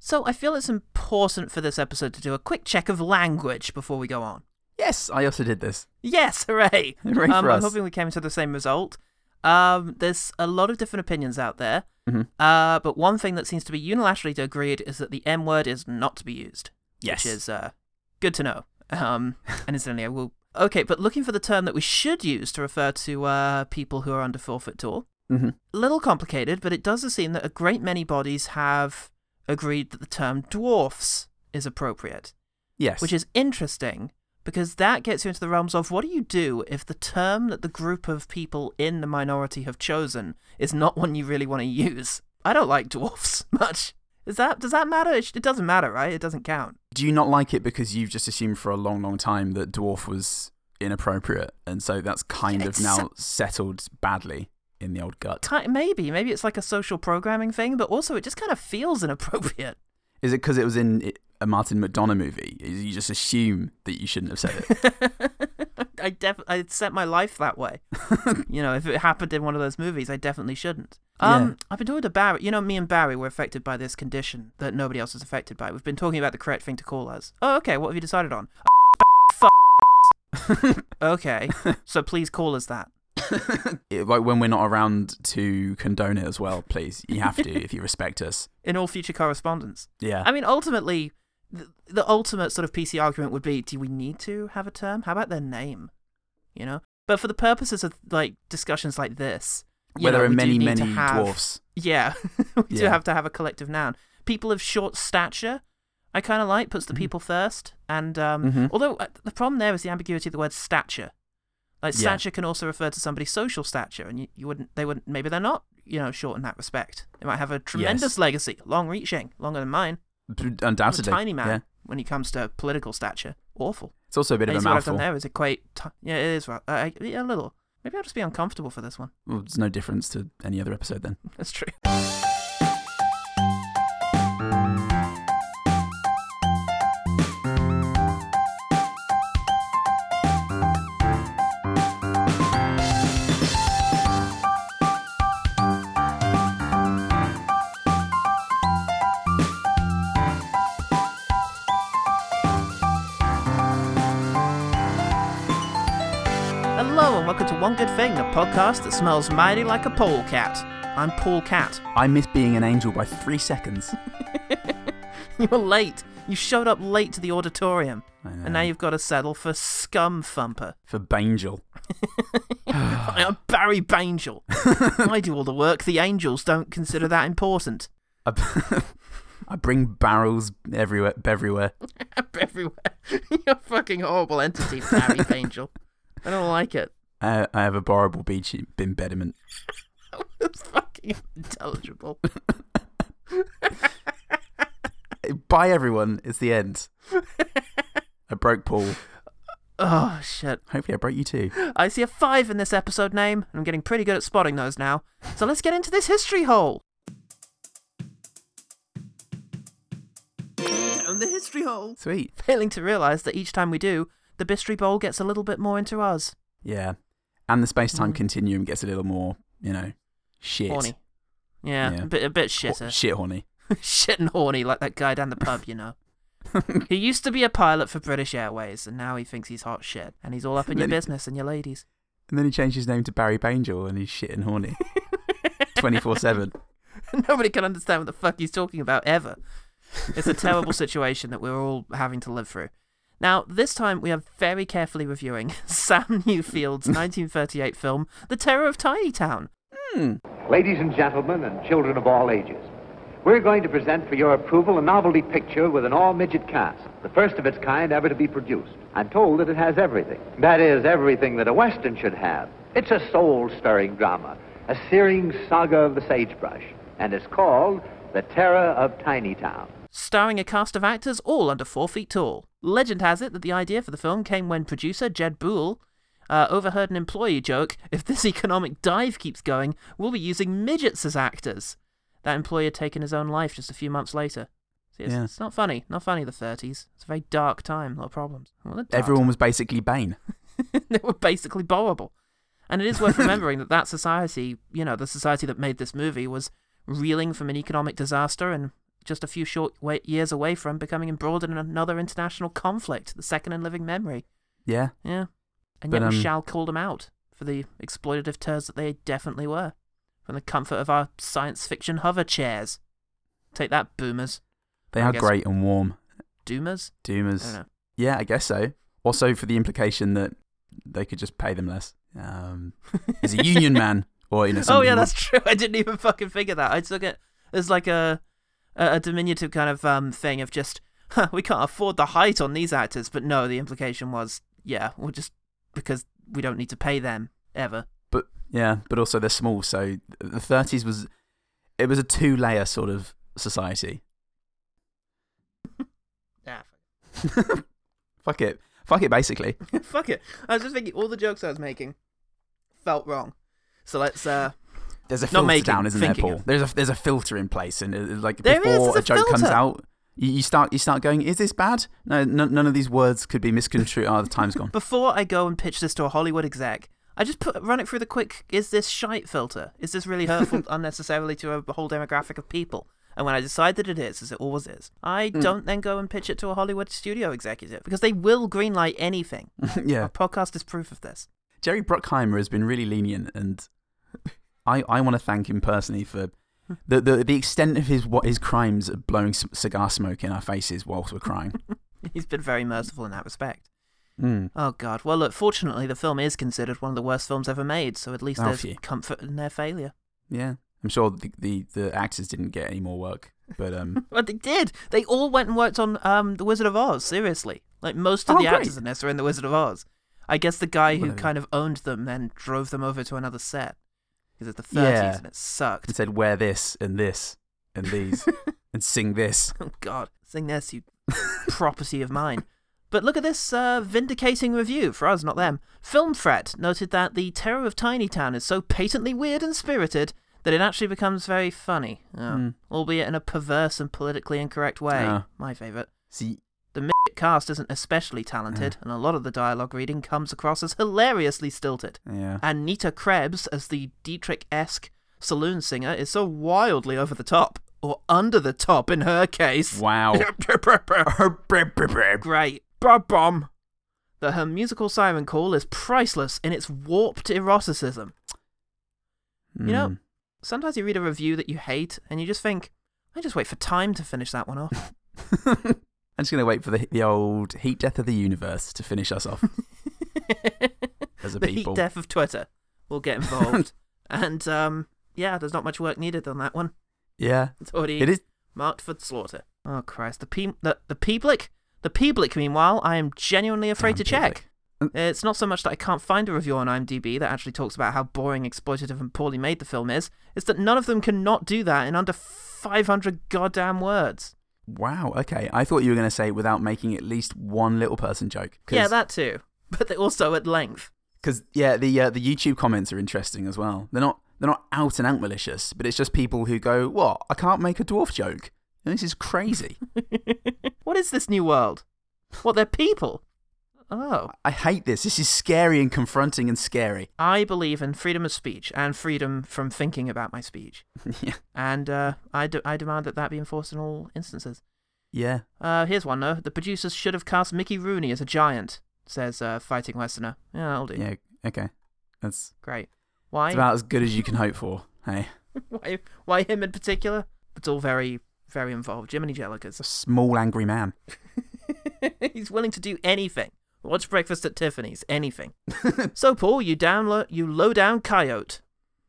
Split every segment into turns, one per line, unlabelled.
Also, I feel it's important for this episode to do a quick check of language before we go on.
Yes, I also did this.
Yes, hooray!
Hooray
um,
for
I'm
us.
hoping we came to the same result. Um, there's a lot of different opinions out there,
Mhm.
uh, but one thing that seems to be unilaterally agreed is that the M word is not to be used,
Yes.
which is uh, good to know. Um, and incidentally, I will. Okay, but looking for the term that we should use to refer to uh, people who are under four foot tall,
hmm
little complicated, but it does seem that a great many bodies have agreed that the term dwarfs is appropriate,
Yes.
which is interesting because that gets you into the realms of what do you do if the term that the group of people in the minority have chosen is not one you really want to use? I don't like dwarfs much. Is that does that matter? It, sh- it doesn't matter, right? It doesn't count.
Do you not like it because you've just assumed for a long, long time that dwarf was inappropriate, and so that's kind of now settled badly in the old gut?
Ki- Maybe maybe it's like a social programming thing, but also it just kind of feels inappropriate.
Is it because it was in i- a Martin McDonough movie? You just assume that you shouldn't have said it.
I def I set my life that way. you know, if it happened in one of those movies, I definitely shouldn't. Um,
Yeah.
I've been talking to Barry. You know, me and Barry were affected by this condition that nobody else is affected by. We've been talking about the correct thing to call us. Oh, okay. What have you decided on? Okay, so please call us that.
It- like when we're not around to condone it as well, please. You have to if you respect us.
In all future correspondence.
Yeah.
I mean, ultimately, the, the ultimate sort of PC argument would be: Do we need to have a term? How about their name? You know. But for the purposes of like discussions like this, you
Where
know,
there are
we do
many,
need
many
to have-
dwarfs.
Yeah, we do
Yeah.
have to have a collective noun. People of short stature, I kind of like puts the
Mhm.
people first. And um,
Mhm.
although uh, the problem there is the ambiguity of the word stature. Like
Yeah.
stature can also refer to somebody's social stature, and you, you wouldn't, they wouldn't, maybe they're not, you know, short in that respect. They might have a tremendous legacy, long reaching, longer than mine. I'm a
Undoubtedly.
tiny man
Yeah.
when it comes to political stature. Awful.
It's also a bit of a
Maybe what I've done
mouthful.
there is equate. T- yeah, it is. Right. Uh, yeah, a little. Maybe I'll just be uncomfortable for this one.
Well, there's no difference to any other episode then.
That's true. Hello and welcome to One Good Thing, a podcast that smells mighty like a pole cat. I'm Paul Cat.
I miss being an angel by three seconds.
You were late. You showed up late to the auditorium,
I know.
and now you've got to settle for Scum Thumper.
For Bangel.
I am Barry Bangel. I do all the work. The angels don't consider that important.
I b- I bring barrels everywhere, everywhere.
Up everywhere. You're a fucking horrible entity, Barry Bangel. I don't like it.
I, I have a borrowable beach impediment.
It's fucking intelligible.
Bye, everyone. It's the end. I broke Paul.
Oh, shit.
Hopefully, I broke you too.
I see a five in this episode name, and I'm getting pretty good at spotting those now. So let's get into this history hole. And the history hole.
Sweet.
Failing to realise that each time we do, the Bistry Bowl gets a little bit more into us.
Yeah. And the space time
Mm.
continuum gets a little more, you know, shit.
Horny. Yeah,
Yeah.
A, bit, a bit
Ho-
shitter.
shit horny.
Shit and horny, like that guy down the pub, you know. he used to be a pilot for British Airways, and now he thinks he's hot shit. And he's all up in your
Then he-
business and your ladies.
And then he changed his name to Barry Bangel and he's shit and horny 24 7.
Nobody can understand what the fuck he's talking about ever. It's a terrible situation that we're all having to live through. Now, this time we are very carefully reviewing Sam Newfield's 1938 film, The Terror of Tiny Town.
Ladies and gentlemen, and children of all ages, we're going to present for your approval a novelty picture with an all midget cast, the first of its kind ever to be produced. I'm told that it has everything. That is, everything that a Western should have. It's a soul stirring drama, a searing saga of the sagebrush, and it's called The Terror of Tiny Town.
starring a cast of actors all under four feet tall. Legend has it that the idea for the film came when producer Jed Boole uh, overheard an employee joke if this economic dive keeps going, we'll be using midgets as actors. That employee had taken his own life just a few months later. See, it's,
Yeah.
it's not funny. Not funny, the 30s. It's a very dark time, a lot of problems. Well, a dark
Everyone was basically Bane.
they were basically borrowable. And it is worth remembering that that society, you know, the society that made this movie was reeling from an economic disaster and just a few short wa- years away from becoming embroiled in another international conflict, the second in living memory.
Yeah.
Yeah. And
But,
yet we
um,
shall call them out for the exploitative turds that they definitely were. From the comfort of our science fiction hover chairs. Take that, boomers.
They
I
are
guess-
great and warm.
Doomers? I don't
Doomers.
know.
Yeah, I guess so. Also, for the implication that they could just pay them less. Um, as a union man, or you know,
Oh
somebody
yeah,
who-
that's true. I didn't even fucking figure that. I took it as like a a, a diminutive kind of um thing of just huh, we can't afford the height on these actors, but no, the implication was yeah, we'll just because we don't need to pay them ever.
but yeah, but also they're small. So the 30s was it was a two-layer sort of society.
Yeah,
Fuck it, fuck it, basically.
fuck it. I was just thinking all the jokes I was making felt wrong. So let's uh
There's a
Not
filter
making,
down, isn't there,
thinking
Paul?
of.
There's a there's a filter in place, and it, like
There is,
before
there's a
a joke comes
filter.
out, you, you start you start going, is this bad? No, no, none of these words could be misconstrued. oh, the time's gone.
before I go and pitch this to a Hollywood exec, I just put run it through the quick is this shite filter? Is this really hurtful unnecessarily to a whole demographic of people? And when I decide that it is, as it always is, I don't then go and pitch it to a Hollywood studio executive because they will greenlight anything.
yeah,
Our podcast is proof of this.
Jerry Bruckheimer has been really lenient, and I, I want to thank him personally for
Hmm.
the, the, the extent of his what his crimes of blowing c- cigar smoke in our faces whilst we're crying.
He's been very merciful in that respect.
Mm.
Oh god. Well, look. Fortunately, the film is considered one of the worst films ever made, so at least
Oh,
there's
phew.
comfort in their failure.
Yeah, I'm sure the, the, the actors didn't get any more work, but um,
But they did. They all went and worked on um, The Wizard of Oz, seriously. Like, most of
Oh,
the
great.
actors in this are in The Wizard of Oz. I guess the guy who
Whatever.
kind of owned them then drove them over to another set. Because it's the 30s
Yeah.
and it sucked.
it said wear this and this and these and sing this.
Oh, God. Sing this, you property of mine. But look at this uh, vindicating review for us, not them. Film Threat noted that the terror of Tiny Town is so patently weird and spirited that it actually becomes very funny, Oh,
Mm.
albeit in a perverse and politically incorrect way.
Yeah.
My favourite.
See,
The m- cast isn't especially talented, and a lot of the dialogue reading comes across as hilariously stilted.
yeah,
And Nita Krebs, as the Dietrich esque saloon singer, is so wildly over the top, or under the top in her case.
wow.
Great. Bob bomb. That her musical siren call is priceless in its warped eroticism. You know,
Mm.
sometimes you read a review that you hate, and you just think, I just wait for time to finish that one off.
I'm just gonna wait for the the old heat death of the universe to finish us off as a
the
people.
heat death of Twitter will get involved. and um, yeah, there's not much work needed on that one.
Yeah,
It's already
it is.
marked for slaughter. Oh Christ, the pe- the the public, the public. Meanwhile, I am genuinely afraid
Damn
to check.
public.
It's not so much that I can't find a review on IMDb that actually talks about how boring, exploitative, and poorly made the film is. It's that none of them cannot do that in under 500 goddamn words.
Wow. Okay. I thought you were going to say without making at least one little person joke. Cause,
Yeah, that too. But they're also at length.
Because yeah, the uh, the YouTube comments are interesting as well. They're not they're not out and out malicious, but it's just people who go, "What? I can't make a dwarf joke. This is crazy.
What is this new world? What, they're people? Oh.
I hate this. This is scary and confronting and scary."
I believe in freedom of speech and freedom from thinking about my speech.
yeah.
And uh, I, de- I demand that that be enforced in all instances.
Yeah.
Uh, here's one, though. The producers should have cast Mickey Rooney as a giant, says uh, Fighting Westerner. Yeah, that'll do.
Yeah. Okay. That's
Great. Why?
it's about as good as you can hope for. Hey,
why? Why him in particular? It's all very, very involved. Jiminy Jellicas.
it's a small angry man.
He's willing to do anything. Watch Breakfast at Tiffany's. Anything. so, Paul, you download, you low down coyote.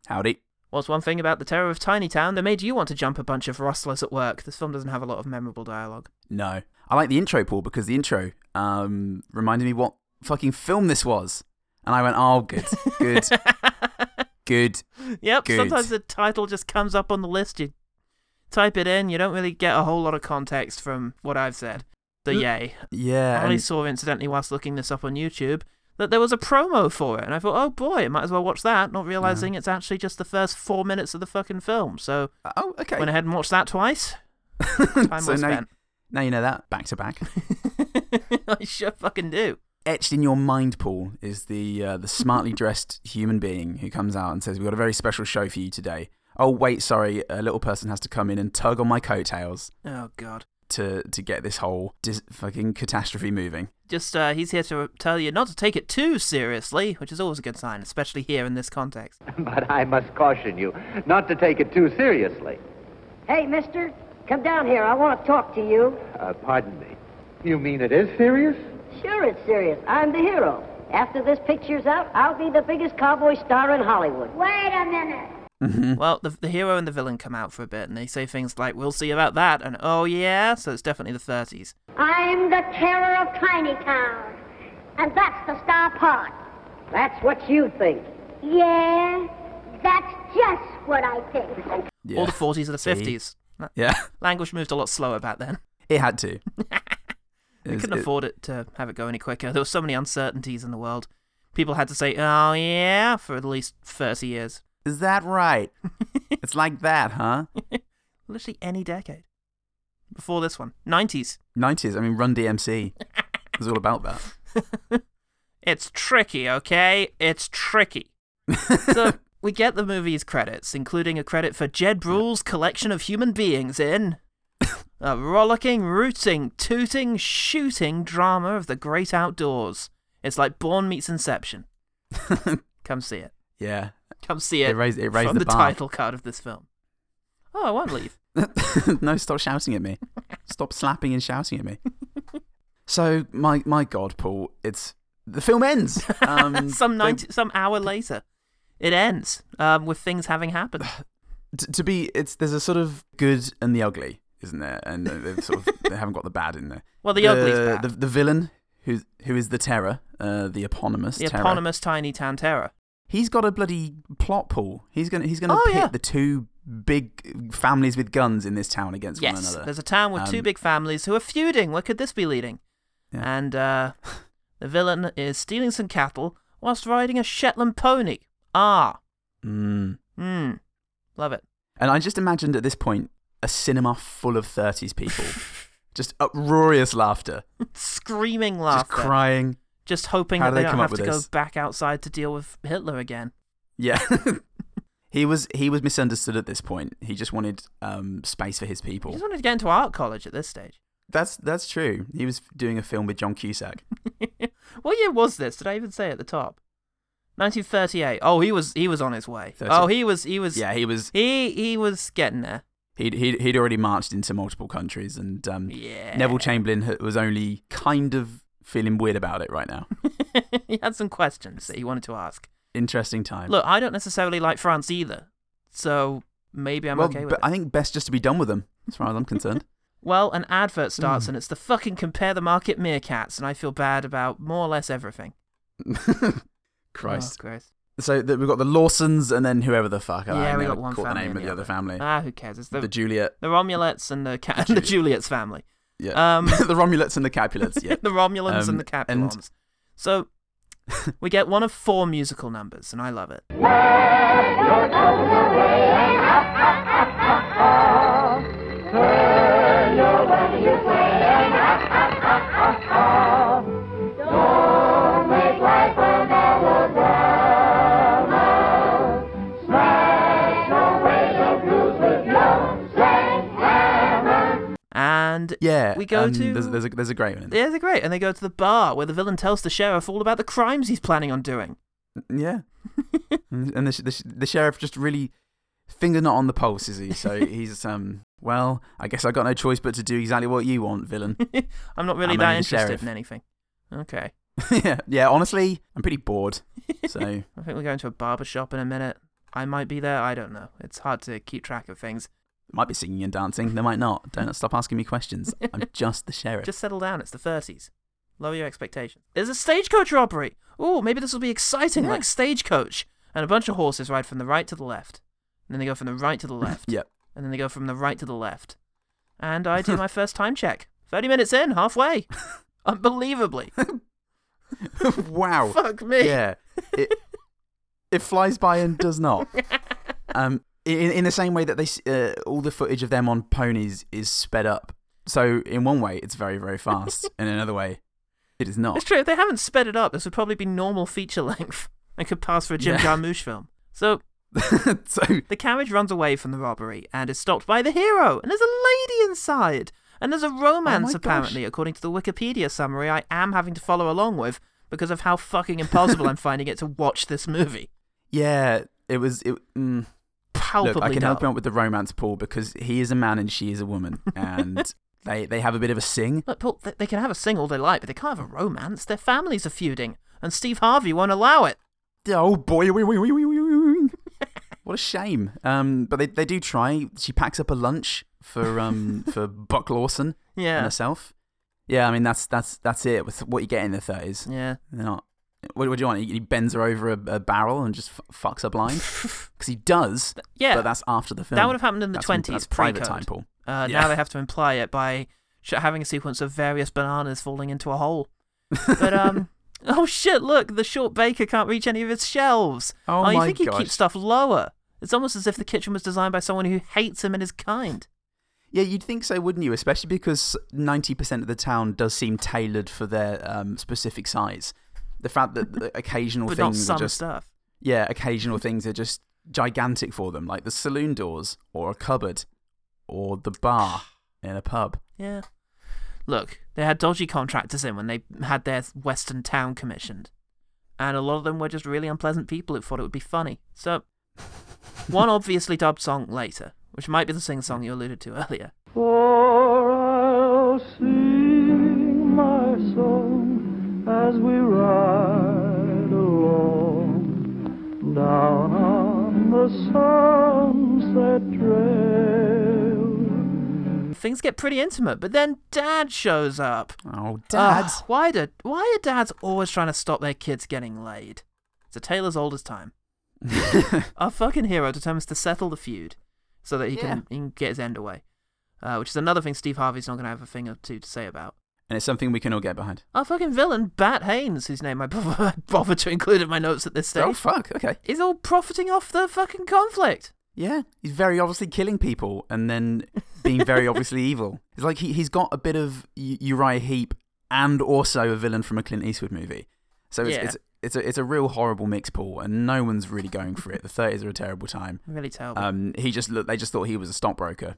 Howdy.
What's one thing about the terror of Tiny Town that made you want to jump a bunch of rustlers at work? This film doesn't have a lot of memorable dialogue.
No. I like the intro, Paul, because the intro um, reminded me what fucking film this was. And I went, oh, good, good, good.
Yep,
Good.
sometimes the title just comes up on the list. You type it in, you don't really get a whole lot of context from what I've said. So,
Mm.
yay.
Yeah.
I
and-
saw, incidentally, whilst looking this up on YouTube, that there was a promo for it, and I thought, oh boy, I might as well watch that,
Uh-huh.
not realizing it's actually just the first four minutes of the fucking film. So,
oh, okay.
went ahead and watched that twice. Time
so
well
now,
spent.
now you know that back to back.
I sure fucking do.
Etched in your mind, Paul, is the uh, the smartly dressed human being who comes out and says, "We've got a very special show for you today. oh wait, sorry, a little person has to come in and tug on my coattails
Oh God.
to to get this whole dis- fucking catastrophe moving.
Just uh, he's here to tell you not to take it too seriously, which is always a good sign, especially here in this context.
But I must caution you not to take it too seriously.
Hey, mister, come down here. I want to talk to you.
Uh, pardon me. You mean it is serious?
Sure, it's serious. I'm the hero. After this picture's out, I'll be the biggest cowboy star in Hollywood.
Wait a minute.
Well, the, the hero and the villain come out for a bit, and they say things like "We'll see about that," and "Oh yeah," so it's definitely the 30s.
I'm the terror of Tiny Town. And that's the star part.
That's what you think.
Yeah, that's just what I think.
Yeah.
All the 40s and the 50s. La-
yeah,
Language moved a lot slower back then.
it had to.
They couldn't afford it to have it go any quicker. There were so many uncertainties in the world. People had to say "Oh yeah" for at least 30 years,
Is that right? it's like that, huh?
literally any decade. Before this one, 90s.
Nineties. I mean, Run DMC was all about that.
It's tricky, okay? It's tricky. so we get the movie's credits, including a credit for Jed Brule's collection of human beings in a rollicking, rooting, tooting, shooting drama of the great outdoors. It's like Born meets Inception. Come see it.
Yeah,
Come see it.
It raised- it raised
from the
the bar.
title card of this film. Oh, I won't leave.
no, stop shouting at me. Stop slapping and shouting at me. So my my God, Paul, it's the film ends. Um,
some
they-
90, some hour later, it ends um, with things having happened.
t- to be it's there's a sort of good and the ugly, isn't there? And they sort of they haven't got the bad in there.
Well, the ugly's bad.
The, the villain who who is the terror, uh, the eponymous.
The
terror,
eponymous Tiny Town Terror.
He's got a bloody plot pool. He's gonna he's gonna
Oh,
pit
yeah.
the two big families with guns in this town against
yes,
one another.
there's a town with two
Um,
big families who are feuding. Where could this be leading?
Yeah.
And uh, the villain is stealing some cattle whilst riding a Shetland pony. Ah,
Mm.
hmm, love it.
And I just imagined at this point a cinema full of 30s people. just uproarious laughter.
Screaming
Just
laughter,
crying.
just hoping
How
that
do
they,
they
don't
come up
have to
with
go
this?
back outside to deal with Hitler again.
Yeah. he was he was misunderstood at this point. He just wanted um, space for his
He
people.
just wanted to get into art college at this stage.
That's that's true. He was doing a film with John Cusack.
What year was this? Did I even say at the top? 1938. Oh, he was he was on his way.
Thirty-
Oh, he was he was
Yeah, he was
he he was getting there.
he'd he'd, he'd already marched into multiple countries and um,
Yeah.
Neville Chamberlain ha- was only kind of feeling weird about it right now.
he had some questions that he wanted to ask.
Interesting time.
Look, I don't necessarily like France either, so maybe I'm
well,
okay with
but
it.
I think best just to be done with them, as far as I'm concerned.
Well, an advert
Hmm.
starts and it's the fucking compare the market meerkats, and I feel bad about more or less everything.
Christ.
Oh, Christ.
So th- we've got the Lawsons and then whoever the fuck. I
yeah, we
never
got one
caught
family
the name
and
of the other family.
Ah, who cares? It's the
the
the,
Juliet.
Romulets and the Ca-
The
the Juliet's family,
Yeah.
Um,
the Romulets and the Capulets. Yeah.
the Romulans
Um,
and the
and-
Capulons. So we get one of four musical numbers, and I love it. And
yeah.
we go
um,
to
There's, there's a there's a great one. in there.
Yeah, they're great. And they go to the bar where the villain tells the sheriff all about the crimes he's planning on doing.
Yeah. and and the, sh- the, sh- the sheriff just really finger not on the pulse, is he? So he's um. Well, I guess I got no choice but to do exactly what you want, villain.
I'm not really
I'm only
that
the
interested
sheriff.
in anything. Okay.
yeah, yeah. Honestly, I'm pretty bored. So
I think we're going to a barber shop in a minute. I might be there. I don't know. It's hard to keep track of things.
might be singing and dancing. They might not. Don't stop asking me questions. I'm just the sheriff.
Just settle down. It's the 30s. Lower your expectations. There's a stagecoach robbery. Ooh, maybe this will be exciting,
Yeah.
like stagecoach. And a bunch of horses ride from the right to the left. And then they go from the right to the left.
Yep.
And then they go from the right to the left. And I do my first time check. 30 minutes in, halfway. Unbelievably.
wow.
Fuck me.
Yeah. It, it flies by and does not. Um, in, in the same way that they s- uh, all the footage of them on ponies is sped up. So in one way, it's very very fast. in another way, it is
It's
not.
true. If they haven't sped it up, this would probably be normal feature length and could pass for a Jim
Yeah.
Jarmusch film. So
so
The carriage runs away from the robbery and is stopped by the hero, and there's a lady inside. And there's a romance,
Oh gosh.
apparently, according to the Wikipedia summary I am having to follow along with because of how fucking impossible I'm finding it to watch this movie.
yeah, it was. It, mm,
Palpably
look, I can
dull.
help you out with the romance, Paul, because he is a man and she is a woman, and they they have a bit of a sing.
Look, Paul, they, they can have a sing all they like, but they can't have a romance. Their families are feuding, and Steve Harvey won't allow it.
Oh boy, wee, wee, wee, wee, wee, wee. what a shame. Um, but they they do try. She packs up a lunch for um for Buck Lawson and
Yeah.
herself. Yeah, I mean that's that's that's it. With what you get in the thirties,
Yeah.
They're not. What, what do you want? He he bends her over a, a barrel and just f- fucks her blind because he does.
Yeah.
but that's after the film.
That would have happened in the
That's when-
20s,
that's private
pre-code.
time, Paul.
Uh,
Yeah.
Now they have to imply it by sh- having a sequence of various bananas falling into a hole. But um, oh shit! Look, the short baker can't reach any of his shelves.
Oh
you
my
think he
gosh.
keeps stuff lower? It's almost as if the kitchen was designed by someone who hates him and his kind.
Yeah, you'd think so, wouldn't you? Especially because ninety percent of the town does seem tailored for their um, specific size. The fact that the occasional
but not
things
some
are just
stuff.
yeah, occasional things are just gigantic for them, like the saloon doors or a cupboard or the bar in a pub.
Yeah. Look, they had dodgy contractors in when they had their Western town commissioned. And a lot of them were just really unpleasant people who thought it would be funny. So, one obviously dubbed song later, which might be the sing song you alluded to earlier.
For I'll sing my song as we ride along down on the sunset trail.
Things get pretty intimate, but then dad shows up.
Oh, dad.
Ugh, why, do, why are dads always trying to stop their kids getting laid? It's a tale as old as time. Our fucking hero determines to settle the feud so that he, can, he can get his end away, uh, which is another thing Steve Harvey's not going to have a thing or two to say about.
and it's something we can all get behind.
Our fucking villain, Bat Haynes, whose name I bother, bothered to include in my notes at this stage,
Oh fuck. Okay.
is all profiting off the fucking conflict.
Yeah, he's very obviously killing people and then being very obviously evil. It's like he, he's got a bit of U- Uriah Heep and also a villain from a Clint Eastwood movie. So it's,
Yeah.
it's, it's, a, it's a real horrible mix, Paul, and no one's really going for it. The 30s are a terrible time.
Really terrible.
Um, he just look, They just thought he was a stockbroker.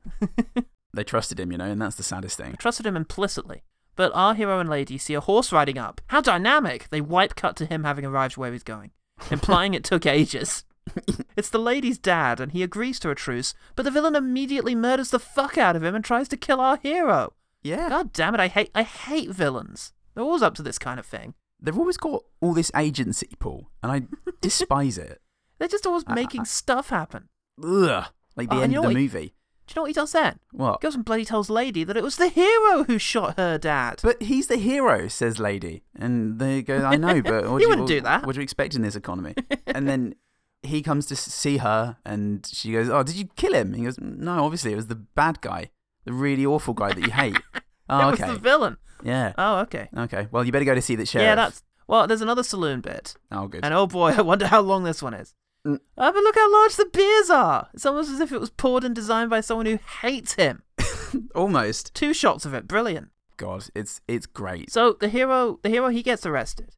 they trusted him, you know, and that's the saddest
I
thing.
trusted him implicitly. But our hero and lady see a horse riding up. How dynamic! They wipe cut to him having arrived where he's going, implying it took ages. it's the lady's dad, and he agrees to a truce, but the villain immediately murders the fuck out of him and tries to kill our hero.
Yeah.
God damn it, I hate I hate villains. They're always up to this kind of thing.
They've always got all this agency, Paul, and I despise it.
They're just always
I- I-
making
I-
stuff happen.
Ugh. Like the
Oh, and
end
you
of
know
the
what he-
movie.
Do you know what he does then?
What?
Goes and bloody tells Lady that it was the hero who shot her dad.
But he's the hero, says Lady. And they go, I know, but what
He
do
wouldn't do that.
What do you expect in this economy? and then he comes to s- see her and she goes, Oh, did you kill him? He goes, "Mm, No, obviously, it was the bad guy, the really awful guy that you hate. oh,
it
okay.
was the villain.
yeah.
Oh, okay.
okay. Well, you better go to see the sheriff.
Yeah, that's well. There's another saloon bit,
Oh, good. Mm.
and oh boy, I wonder how long this one is. Uh, but look how large the beers are. It's almost as if it was poured and designed by someone who hates him.
Almost.
Two shots of it, brilliant.
God, it's it's great.
So the hero, the hero, he gets arrested,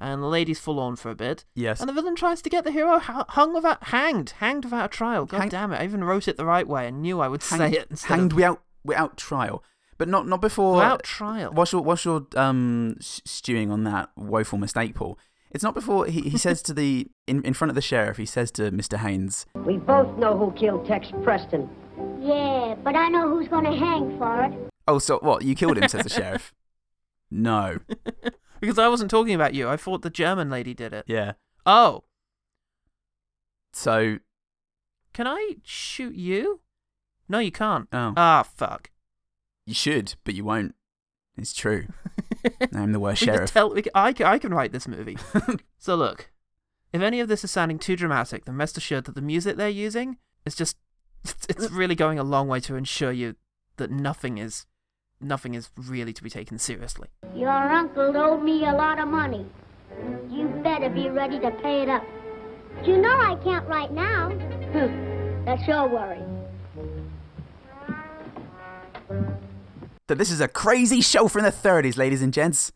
and the lady's forlorn for a bit.
Yes.
And the villain tries to get the hero hu- hung without, hanged, hanged without a trial. God
Hang-
damn it! I even wrote it the right way and knew I would
Hanged-
say it. instead of-
hanged without, without trial. But not, not before.
Without trial.
What's your, what's your um, s- stewing on that woeful mistake, Paul? It's not before he, he says to the, in, in front of the sheriff, he says to Mr. Haynes,
We both know who killed Tex Preston.
Yeah, but I know who's going to hang for it.
Oh, so what? You killed him, says the sheriff. No.
Because I wasn't talking about you. I thought the German lady did it.
Yeah.
Oh,
So,
can I shoot you? No, you can't.
Oh.
Ah, fuck.
you should, but you won't. It's true. I'm the worst
we
sheriff.
Just tell, we, c- I, c- I can write this movie. so look, if any of this is sounding too dramatic, then rest assured that the music they're using is just, it's, it's
Mm.
really going a long way to ensure you that nothing is, nothing is really to be taken seriously.
Your uncle owed me a lot of money. You better be ready to pay it up. You know I can't right now. Hmm, That's your worry.
That this is a crazy show from the 30s, ladies and gents.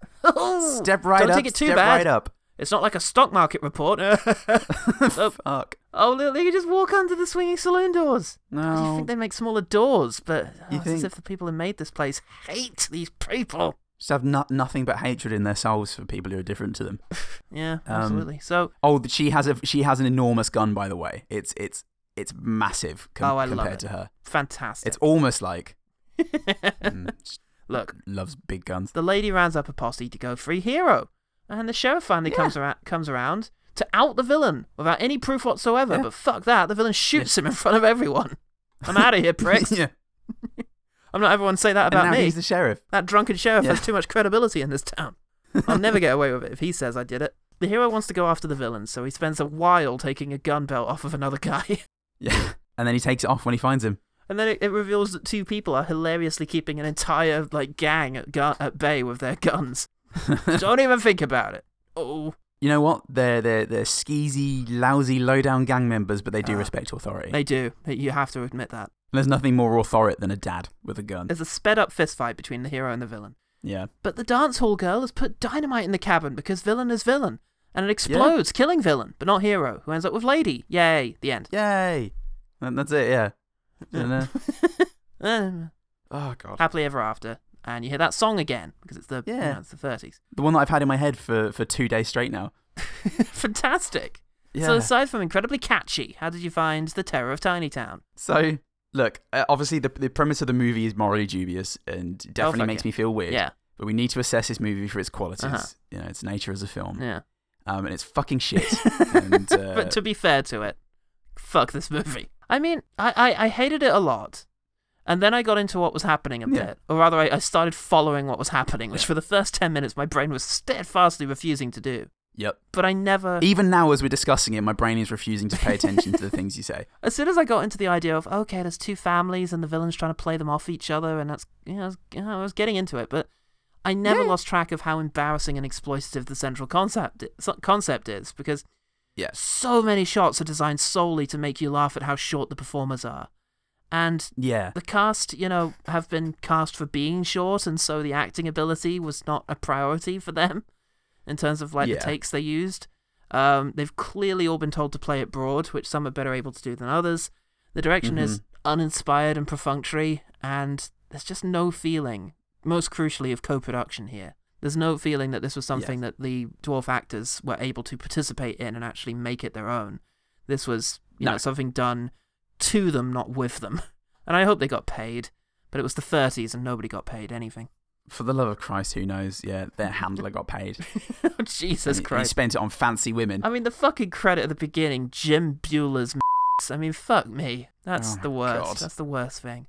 Step right
Oh, Don't
up.
take it too
step
bad.
right up.
It's not like a stock market report.
Fuck.
Oh, look, they can just walk under the swinging saloon doors. God, you
No.
think they make smaller doors, but oh,
Oh. You
it's as
think-
if the people who made this place hate these people.
Just have no- nothing but hatred in their souls for people who are different to them.
Yeah,
Um,
absolutely. So,
Oh, that she has a she has an enormous gun, by the way. It's it's it's massive com-
Oh, I love
compared
it.
to her.
fantastic.
It's almost like mm, she
Look,
loves big guns.
the lady rounds up a posse to go free Hero, and the sheriff finally comes around comes around to out the villain without any proof whatsoever.
Yeah.
But fuck that, the villain shoots him in front of everyone. I'm out of here, pricks.
yeah,
I'm not everyone say that
and
about
now
me.
he's the sheriff.
That drunken sheriff
Yeah.
has too much credibility in this town. I'll never get away with it if he says I did it. The hero wants to go after the villain, so he spends a while taking a gun belt off of another guy.
Yeah, and then he takes it off when he finds him.
And then it, it reveals that two people are hilariously keeping an entire like gang at, gu- at bay with their guns. Don't even think about it. Oh,
You know what? They're they're they're skeezy, lousy, low-down gang members, but they do
Ah.
respect authority.
they do. You have to admit that.
And There's nothing more authoritative than a dad with a gun.
There's a sped up fist fight between the hero and the villain.
Yeah.
But the dance hall girl has put dynamite in the cabin because villain is villain, and it explodes, killing villain, but not hero, who ends up with lady. Yay! The end.
Yay! And that's it. Yeah. And, uh,
Um,
oh god.
happily ever after and you hear that song again because it's the yeah.
Yeah.
it's the 30s
The one that I've had in my head for for two days straight now.
fantastic
Yeah.
so aside from incredibly catchy how did you find the terror of tiny town
So, look, uh, obviously the, the premise of the movie is morally dubious and definitely
fuck
makes
yeah.
me feel weird.
yeah
But we need to assess this movie for its qualities,
Uh-huh.
you know, its nature as a film.
yeah
Um, and it's fucking shit. and, uh,
but to be fair to it fuck this movie i mean i i, I hated it a lot and then I got into what was happening a
Yeah.
bit, or rather, I, I started following what was happening, which for the first 10 minutes my brain was steadfastly refusing to do.
yep.
But I never.
Even now, as we're discussing it, my brain is refusing to pay attention to the things you say.
as soon as I got into the idea of okay, there's two families and the villain's trying to play them off each other, and that's you know, I was, you know, I was getting into it, but I never
Yeah.
lost track of how embarrassing and exploitative the central concept so- concept is because
Yes.
so many shots are designed solely to make you laugh at how short the performers are, and
Yeah.
the cast, you know, have been cast for being short, and so the acting ability was not a priority for them in terms of like
Yeah.
the takes they used. Um, they've clearly all been told to play it broad, which some are better able to do than others. The direction is
Mm-hmm.
uninspired and perfunctory, and there's just no feeling, most crucially, of co production here. There's no feeling that this was something that the dwarf actors were able to participate in and actually make it their own. This was, you
No.
know, something done to them, not with them. And I hope they got paid, but it was the 30s and nobody got paid anything.
For the love of Christ, who knows? Yeah, their handler got paid.
oh, Jesus
And he- He
Christ. Um,
spent it on fancy women.
I mean, the fucking credit at the beginning, Jim Bueller's I mean, fuck me. That's
Oh
the
my
worst.
God.
That's the worst thing.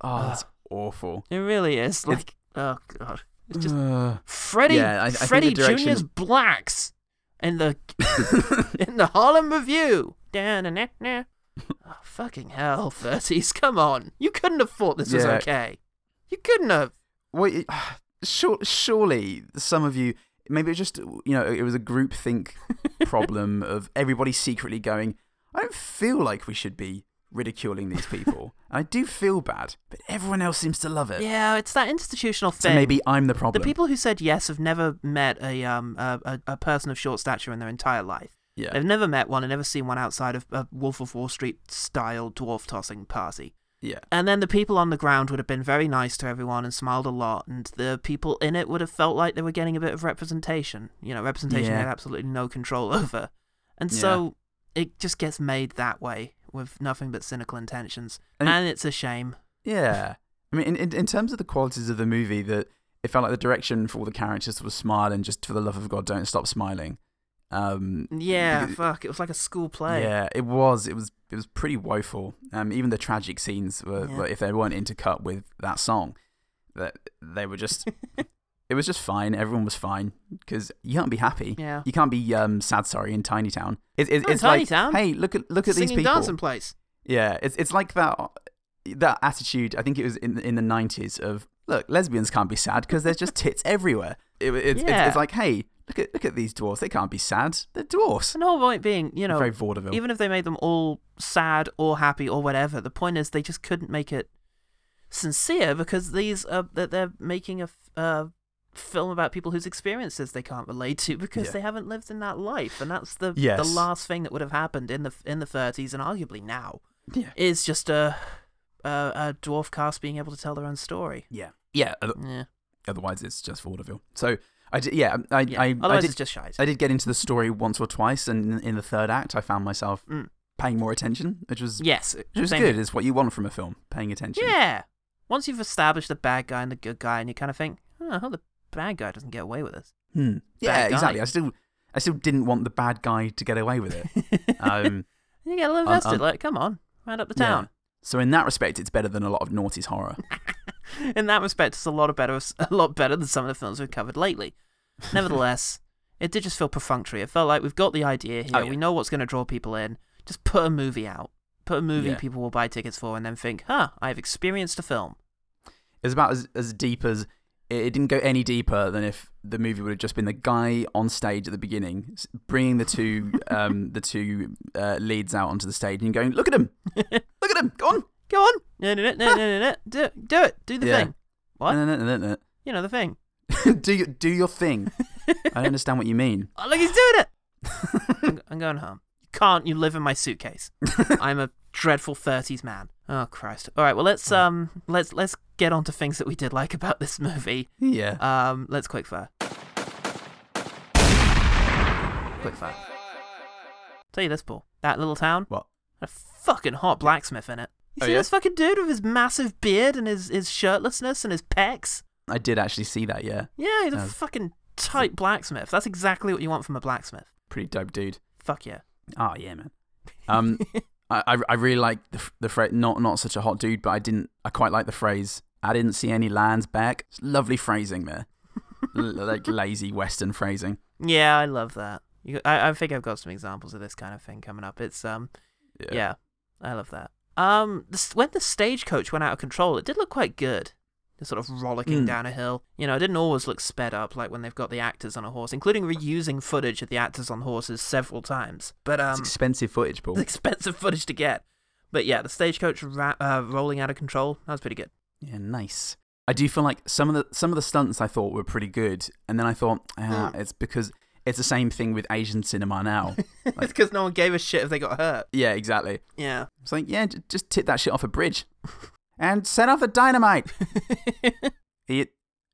oh,
uh,
that's awful.
It really is.
It's-
Like, oh, God. It's just
Ugh.
Freddie,
Yeah, I- I think the
Freddie
direction-
Jr.'s Blacks in the in the Harlem Review. Da-na-na-na. Oh, fucking hell, 30s. Come on. You couldn't have thought this was
Yeah.
okay. You couldn't have.
Well, it, sure, surely some of you, maybe it was just you know, it was a groupthink problem of everybody secretly going, I don't feel like we should be ridiculing these people. I do feel bad, but everyone else seems to love it.
Yeah, it's that institutional
Uh, so
thing.
maybe I'm the problem.
the people who said yes have never met a um a, a, a person of short stature in their entire life.
yeah,
They've never met one and never seen one outside of a Wolf of Wall Street style dwarf tossing party.
yeah,
And then the people on the ground would have been very nice to everyone and smiled a lot, and the people in it would have felt like they were getting a bit of representation. You know, representation they
Yeah.
had absolutely no control over. And so it just gets made that way with nothing but cynical intentions.
And-
and it's a shame.
yeah. I mean, in, in in terms of the qualities of the movie, that it felt like the direction for all the characters was smile and just for the love of God, don't stop smiling. Um,
Yeah,
because-
fuck. It was like a school play.
Yeah, it was. It was. It was pretty woeful. Um, even the tragic scenes were,
Yeah.
were- if they weren't intercut with that song, that they were just. it was just fine. Everyone was fine because you can't be happy.
Yeah.
You can't be um sad. Sorry, in Tiny Town. It, it,
Not
it's
Tiny
like,
Town.
hey, look at look at
Singing
these people.
dancing place.
Yeah, it's it's like that that attitude. I think it was in the- in the nineties of look, lesbians can't be sad because there's just tits everywhere. It, it's, it's-
Yeah.
it's like hey, look at look at these dwarfs. They can't be sad. They're dwarfs.
And the whole point being, you know,
Very vaudeville.
even if they made them all sad or happy or whatever, the point is they just couldn't make it sincere because these are that they're making a f- uh, film about people whose experiences they can't relate to because
Yeah.
they haven't lived in that life, and that's the the
Yes.
last thing that would have happened in the in the 30s and arguably now
Yeah.
is just a a, a dwarf cast being able to tell their own story.
Yeah. Yeah. oth-
Yeah,
Otherwise, it's just vaudeville. So I did. Yeah. um, I.
yeah.
I, I
Otherwise,
did,
it's just shite.
I did get into the story once or twice, and in, in the third act, I found myself
Mm.
paying more attention, which was
yes,
which was
same
good.
here.
Is what you want from a film, paying attention.
Yeah. Once you've established the bad guy and the good guy, and you kind of think, oh, I hope the bad guy doesn't get away with this.
Hmm. Yeah.
Bad guy.
Exactly. I still. I still didn't want the bad guy to get away with it. Um,
And you get a little
Um,
invested.
um,
like, come on, round up the
yeah.
town.
So in that respect, it's better than a lot of Naughty's horror.
In that respect, it's a lot of better, a lot better than some of the films we've covered lately. Nevertheless, it did just feel perfunctory. It felt like we've got the idea here.
Oh, yeah.
We know what's going to draw people in. Just put a movie out. Put a movie
Yeah.
people will buy tickets for, and then think, huh, I've experienced a film.
It's about as, as deep as it it didn't go any deeper than if the movie would have just been the guy on stage at the beginning s- bringing the two um, the two uh, leads out onto the stage and going, "Look at him, look at him, go on."
Go on, no, no, no, no, no, no, do, do it, do the
Yeah.
thing. What?
No, no, no, no,
You know the thing.
no. do your, do your thing. I don't understand what you mean.
Oh, look, he's doing it. I'm, I'm going home. You can't. You live in my suitcase. I'm a dreadful thirties man. Oh Christ. All right. Well, let's um, let's let's get on to things that we did like about this movie.
Yeah.
Um, let's quick fire. Quick fire. Tell you this, Paul. That little town.
what?
had A fucking hot blacksmith in it. You
Oh,
see
yeah?
this fucking dude with his massive beard and his, his shirtlessness and his pecs?
I did actually see that. Yeah.
Yeah, he's a
Oh.
fucking tight blacksmith. That's exactly what you want from a blacksmith.
Pretty dope, dude.
Fuck yeah.
Oh yeah, man. Um, I, I I really like the f- the phrase not not such a hot dude, but I didn't. I quite like the phrase. I didn't see any lands back. It's lovely phrasing there, L- like lazy Western phrasing.
Yeah, I love that. You, I, I think I've got some examples of this kind of thing coming up. It's um, yeah, I love that. Um, the, s- when the stagecoach went out of control, it did look quite good. Just sort of rollicking
Mm.
down a hill. You know, it didn't always look sped up like when they've got the actors on a horse, including reusing footage of the actors on horses several times. But
it's
um,
expensive footage, Paul.
it's expensive footage to get. But yeah, the stagecoach ra- uh, rolling out of control. That was pretty good.
Yeah, nice. I do feel like some of the some of the stunts I thought were pretty good, and then I thought ah,
Hmm.
it's because it's the same thing with Asian cinema now.
it's because no one gave a shit if they got hurt.
yeah, exactly.
Yeah.
It's like yeah, j- just tip that shit off a bridge, and set off the dynamite. Are you,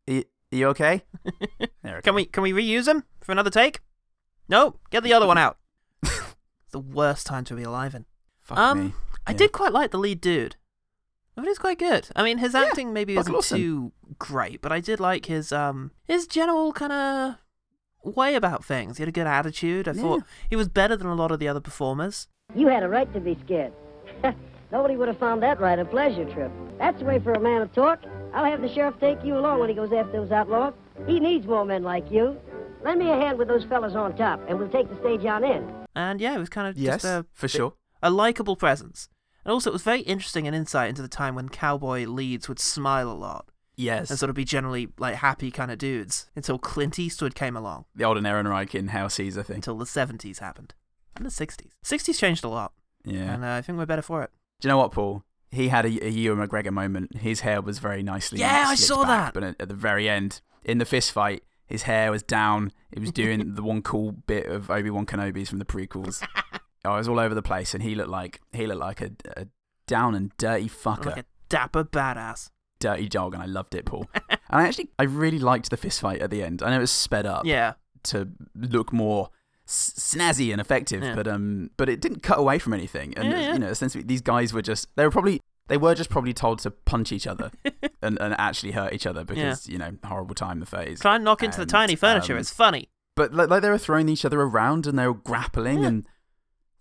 are you, are you okay? There
Can we can we reuse him for another take? No, get the other one out. the worst time to be alive in.
Fuck
um,
me.
I
Yeah.
did quite like the lead dude. I mean, he's quite good. I mean, his
Yeah,
acting maybe
Buck
isn't
Lawson.
too great, but I did like his um his general kind of way about things. He had a good attitude. I thought he was better than a lot of the other performers.
You had a right to be scared. Nobody would have found that right a pleasure trip. That's the way for a man to talk. I'll have the sheriff take you along when he goes after those outlaws. He needs more men like you. Lend me a hand with those fellas on top, and we'll take the stage on in.
And yeah, it was kind of
Yes,
just a
for sure.
a likable presence. And also, it was very interesting an insight into the time when cowboy leads would smile a lot.
Yes,
and sort of be generally like happy kind of dudes until Clint Eastwood came along,
the old and Aaron Reikin House Caesar thing.
until the 70s happened, and the 60s. 60s changed a lot,
Yeah.
and uh, I think we're better for it.
Do you know what, Paul? He had a, a Ewan McGregor moment. His hair was very nicely.
Yeah, I
slicked
saw
back,
that.
But at, at the very end, in the fist fight, his hair was down. It was doing the one cool bit of Obi Wan Kenobi's from the prequels. I was all over the place, and he looked like he looked like a, a down and dirty fucker,
Like a dapper badass.
dirty dog, and I loved it, Paul. and I actually, I really liked the fist fight at the end. I know it was sped up,
Yeah,
to look more s- snazzy and effective
Yeah.
but um but it didn't cut away from anything and
Yeah, yeah.
you know essentially these guys were just they were probably they were just probably told to punch each other and, and actually hurt each other because you know horrible time in the phase
try and knock into the
And,
tiny furniture.
um,
it's funny.
but like, like they were throwing each other around and they were grappling
Yeah.
and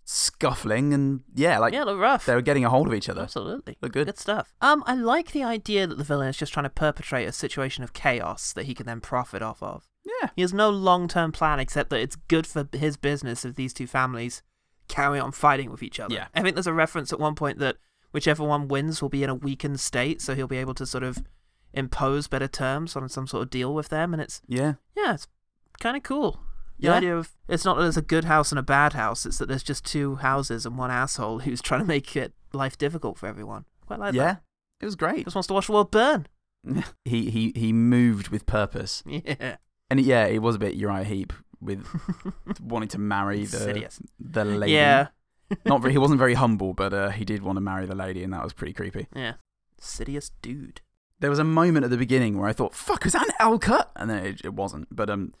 scuffling and yeah like
yeah, look rough.
they were getting a hold of each other
Absolutely.
Look good.
Good stuff. Um, I like the idea that the villain is just trying to perpetrate a situation of chaos that he can then profit off of.
yeah
He has no long term plan except that it's good for his business if these two families carry on fighting with each other.
Yeah.
I think there's a reference at one point that whichever one wins will be in a weakened state, so he'll be able to sort of impose better terms on some sort of deal with them. And it's,
yeah
yeah, it's kind of cool. The
Yeah.
idea of it's not that there's a good house and a bad house, it's that there's just two houses and one asshole who's trying to make it life difficult for everyone. Quite like
yeah
that.
it was great
Just wants to watch the world burn.
he he he moved with purpose,
Yeah.
and yeah, it was a bit Uriah Heep with wanting to marry the
Insidious.
the lady.
Yeah.
not very, he wasn't very humble, but uh, he did want to marry the lady, and that was pretty creepy.
Yeah. Insidious dude.
There was a moment at the beginning where I thought, "Fuck, is that an L cut?" And then it, it wasn't, but um,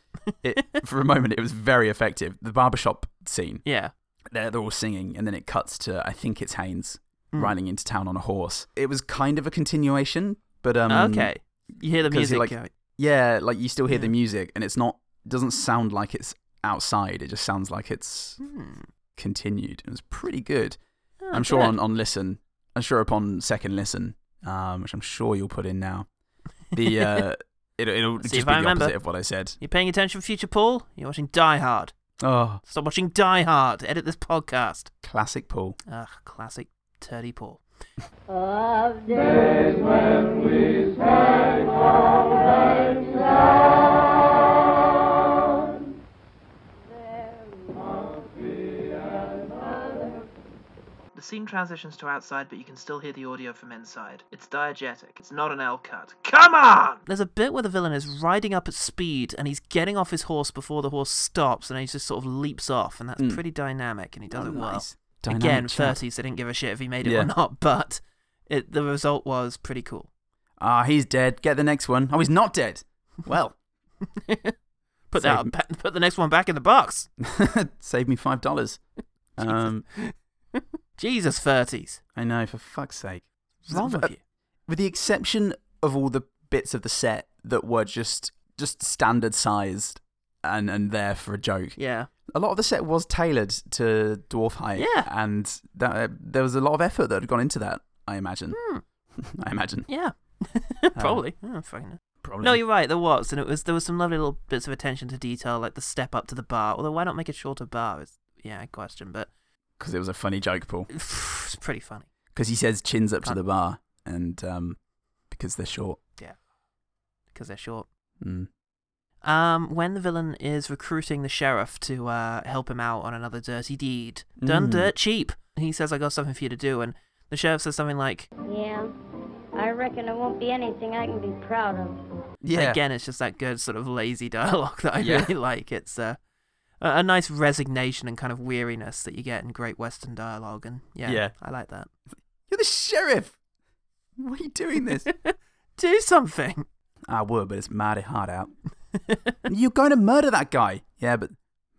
it, for a moment it was very effective. The barbershop scene,
Yeah.
they're, they're all singing, and then it cuts to I think it's Haynes
Hmm.
riding into town on a horse. It was kind of a continuation, but um,
okay. You hear the
'cause
music.
he, like-
going.
yeah, like you still hear the
Yeah.
music, and it's not doesn't sound like it's outside. It just sounds like it's
Hmm.
continued. It was pretty good.
Oh,
I'm sure
good.
on, on listen, I'm sure upon second listen, um, which I'm sure you'll put in now, the uh, it, it'll
See
just
if
be the
I remember.
opposite of what I said.
You're paying attention, future Paul? You're watching Die Hard.
Oh,
Stop watching Die Hard. Edit this podcast.
classic Paul.
Ugh, classic turdy Paul.
Oh,
Of days when we sang
The scene transitions to outside, but you can still hear the audio from inside. It's diegetic. It's not an L cut. Come on! There's a bit where the villain is riding up at speed and he's getting off his horse before the horse stops and he just sort of leaps off, and that's
Mm.
pretty dynamic and he does
Oh,
it well.
nice. Dynamic
Again,
chap.
30s, they didn't give a shit if he made it
Yeah.
or not, but it, the result was pretty cool.
Ah, he's dead. Get the next one. Oh, he's not dead. Well,
Put,
Save-
that, ba- put the next one back in the box.
save me five dollars. Um,
Jesus, 30s.
I know. For fuck's sake.
Wrong
With-
with you.
With the exception of all the bits of the set that were just just standard sized and and there for a joke.
Yeah.
a lot of the set was tailored to dwarf height.
Yeah.
and that, uh, there was a lot of effort that had gone into that. I imagine. I imagine.
Hmm, Yeah. Probably. I don't fucking know.
Probably.
No, you're right. There was, and it was. There was some lovely little bits of attention to detail, like the step up to the bar. Although, why not make a shorter bar? Is yeah, a question, but
because it was a funny joke, Paul.
it's pretty funny.
Because he says chins up to
Can't-
the bar, and um, because they're short.
because they're short.
Mm.
Um, when the villain is recruiting the sheriff to uh, help him out on another dirty deed, done
Mm.
dirt cheap, he says, "I got something for you to do," and the sheriff says something like,
Yeah. I reckon there won't be anything I can be proud of.
And
Yeah.
again, it's just that good sort of lazy dialogue that I
Yeah.
really like. It's uh, a, a nice resignation and kind of weariness that you get in great Western dialogue, and yeah,
Yeah.
I like that.
You're the sheriff. Why are you doing this?
Do something.
I would, but it's mighty hard out. You're going to murder that guy. Yeah, but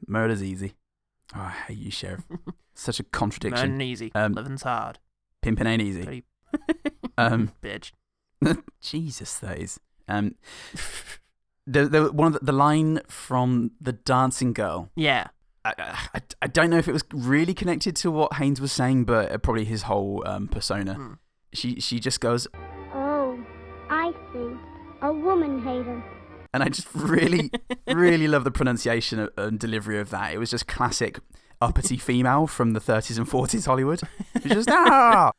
murder's easy. Oh, I hate you, sheriff. Such a contradiction.
Murderin' easy.
Um,
Living's hard.
Pimping ain't easy.
Pretty
Um,
bitch.
Jesus, that is. Um, the, the one of the, the line from the dancing girl.
Yeah.
I, I, I don't know if it was really connected to what Haynes was saying, but uh, probably his whole um, persona.
Mm.
She she just goes,
Oh, I see. A woman hater.
and I just really really love the pronunciation of- and delivery of that. It was just classic uppity female from the 30s and 40s Hollywood. It was just ah,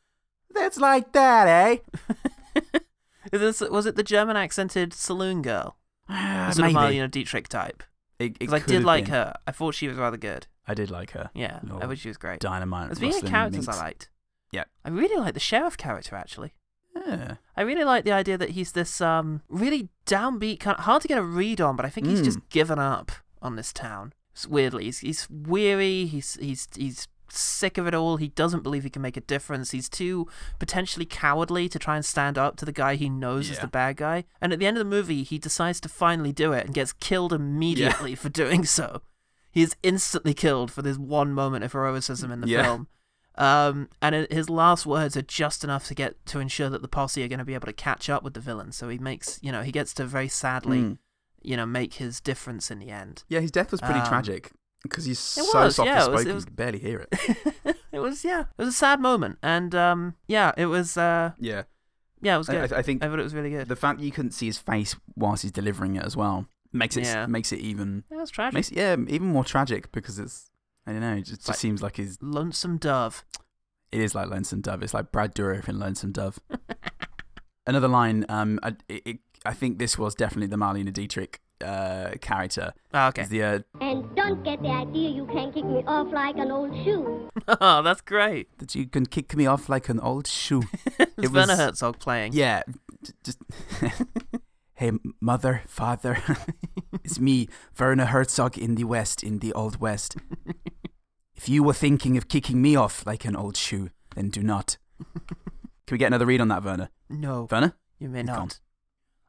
that's like that, eh?
Is this, was it the German accented saloon girl?
Ah,
The sort of
Maybe.
Marlena Dietrich type.
It- it
Because I
could
did
have
like
been.
her. I thought she was rather good.
I did like her.
Yeah.
Lord.
I wish she was great.
Dynamite.
There's being
rustling
characters
minx.
I liked.
Yeah.
I really like the sheriff character actually.
Yeah.
I really like the idea that he's this um really downbeat kind of hard to get a read on, but I think he's just
Mm.
given up on this town. It's weirdly, he's he's weary. He's he's he's sick of it all. He doesn't believe he can make a difference. He's too potentially cowardly to try and stand up to the guy he knows is
Yeah.
the bad guy. And at the end of the movie, he decides to finally do it and gets killed immediately for doing so. He is instantly killed for this one moment of heroism in the
Yeah.
film. Um, and it- his last words are just enough to get to ensure that the posse are going to be able to catch up with the villain. So he makes, you know, he gets to very sadly,
Mm.
you know, make his difference in the end.
Yeah, his death was pretty
Um,
tragic because he's so
it was,
softly
yeah, it was- it
spoken,
was-
you could barely hear it.
It was, yeah, it was a sad moment, and um, yeah, it was, uh,
yeah,
yeah, it was
I-
good.
I- I think
I thought it was really good.
the fact that you couldn't see his face whilst he's delivering it as well makes it
Yeah.
makes it even
It was tragic.
makes it, yeah even more tragic because it's I don't know it just, just
Like-
seems like his
Lonesome Dove.
it is like Lonesome Dove. It's like Brad Dourif in Lonesome Dove. Another line. Um, I, it, it, I think this was definitely the Marlena Dietrich uh character.
Ah, okay.
Is the uh,
And don't get the idea you can kick me off like an old shoe.
oh, that's great.
that you can kick me off like an old shoe.
It's
was-
Werner Herzog playing.
yeah, J- Just, hey, m- mother, father, it's me, Werner Herzog in the West, in the Old West. if you were thinking of kicking me off like an old shoe, then do not. Can we get another read on that, Werner?
No,
Werner?
you may
It's gone.
not.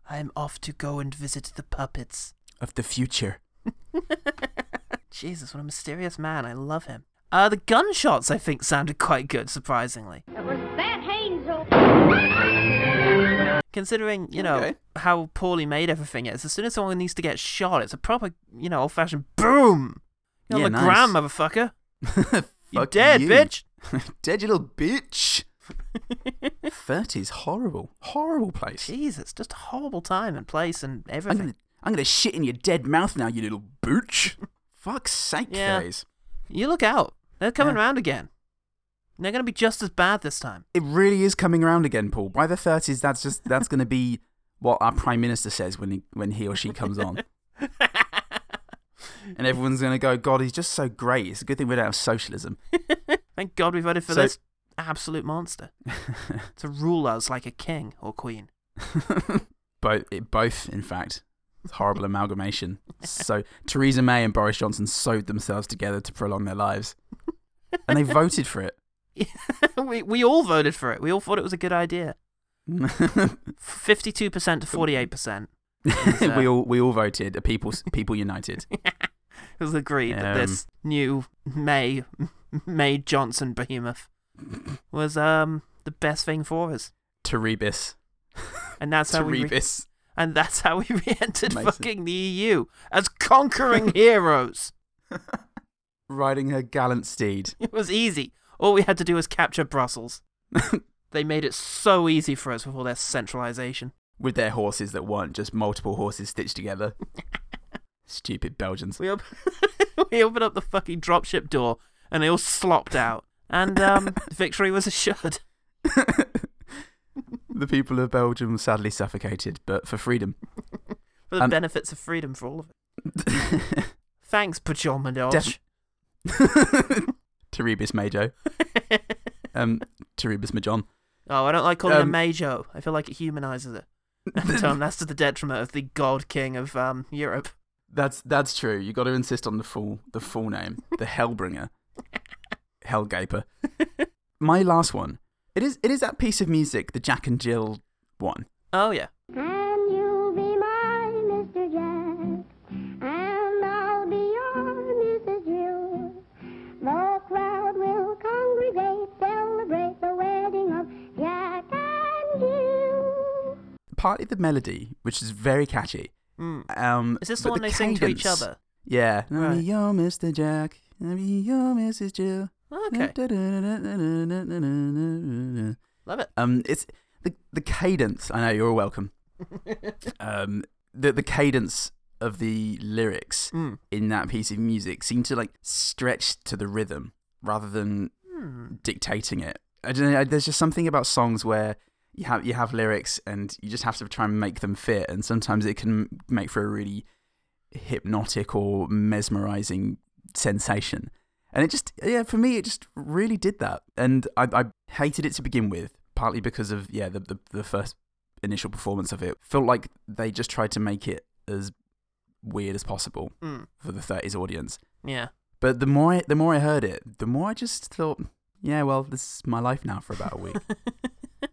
I'm off to go and visit the puppets.
Of the future.
Jesus, what a mysterious man. I love him. Uh, the gunshots, I think, sounded quite good, surprisingly.
It was Bat Hazel.
Considering, you know,
Okay.
how poorly made everything is, as soon as someone needs to get shot, it's a proper, you know, old fashioned boom! You're
Yeah,
on the
nice.
ground, motherfucker! You
Fuck
dead,
you.
bitch!
dead, you little bitch. 30s, horrible. Horrible place.
Jesus, just a horrible time and place and
I'm
everything.
gonna, I'm gonna shit in your dead mouth now, you little booch. Fuck's sake,
Yeah.
guys.
You look out. They're coming
Yeah.
round again. And They're going to be just as bad this time.
It really is coming around again, Paul. By the thirties, that's just that's gonna be what our prime minister says when he, when he or she comes on, and everyone's gonna go, God, he's just so great. It's a good thing we don't have socialism.
Thank God we voted for
So-
this absolute monster to rule us like a king or queen.
both, it, both, in fact, It's a horrible amalgamation. So Theresa May and Boris Johnson sewed themselves together to prolong their lives, and they voted for it.
we, we all voted for it. We all thought it was a good idea. 52% to 48% uh,
we all we all voted. People people united.
was agreed that
Um,
this new May May Johnson behemoth was um the best thing for us.
Terebus.
And that's how we re-
Terebus.
and that's how we re-entered
Amazing.
fucking the EU as conquering heroes.
riding her gallant steed.
It was easy. All we had to do was capture Brussels. They made it so easy for us with all their centralization.
with their horses that weren't just multiple horses stitched together. Stupid Belgians.
We op- we opened up the fucking dropship door and they all slopped out. And um, victory was assured.
The people of Belgium were sadly suffocated, but for freedom.
For the
Um,
benefits of freedom for all of it. Thanks, Pajama
Def- Terebus Majo. Um, Terebus Majon.
Oh, I don't like calling
Um,
him Majo. I feel like it humanizes it. And um, that's to the detriment of the god king of um, Europe.
That's that's true. You got to insist on the full the full name, the Hellbringer, Hellgaper. My last one. It is it is that piece of music, the Jack and Jill one.
Oh, yeah.
Can you be my Mr. Jack? And I'll be your Mrs. Jill. The crowd will congregate, celebrate the wedding of Jack and Jill.
Partly the melody, which is very catchy. Um,
Hmm. Is this the
but
one they sing to each
cadence-
other?
Yeah. I'll
Right.
be your Mr. Jack. I'll be your Mrs. Jill.
Okay. Love it.
Um, it's the the cadence. I know you're welcome. um, the the cadence of the lyrics
Mm.
in that piece of music seem to like stretch to the rhythm rather than
Hmm.
dictating it. I don't know. There's just something about songs where you have you have lyrics and you just have to try and make them fit, and sometimes it can make for a really hypnotic or mesmerizing sensation. And it just, yeah, for me, it just really did that. And I, I hated it to begin with, partly because of, yeah, the, the, the first initial performance of it. Felt like they just tried to make it as weird as possible
Mm.
for the 30s audience.
Yeah.
But the more I, the more I heard it, the more I just thought, yeah, well, this is my life now for about a week.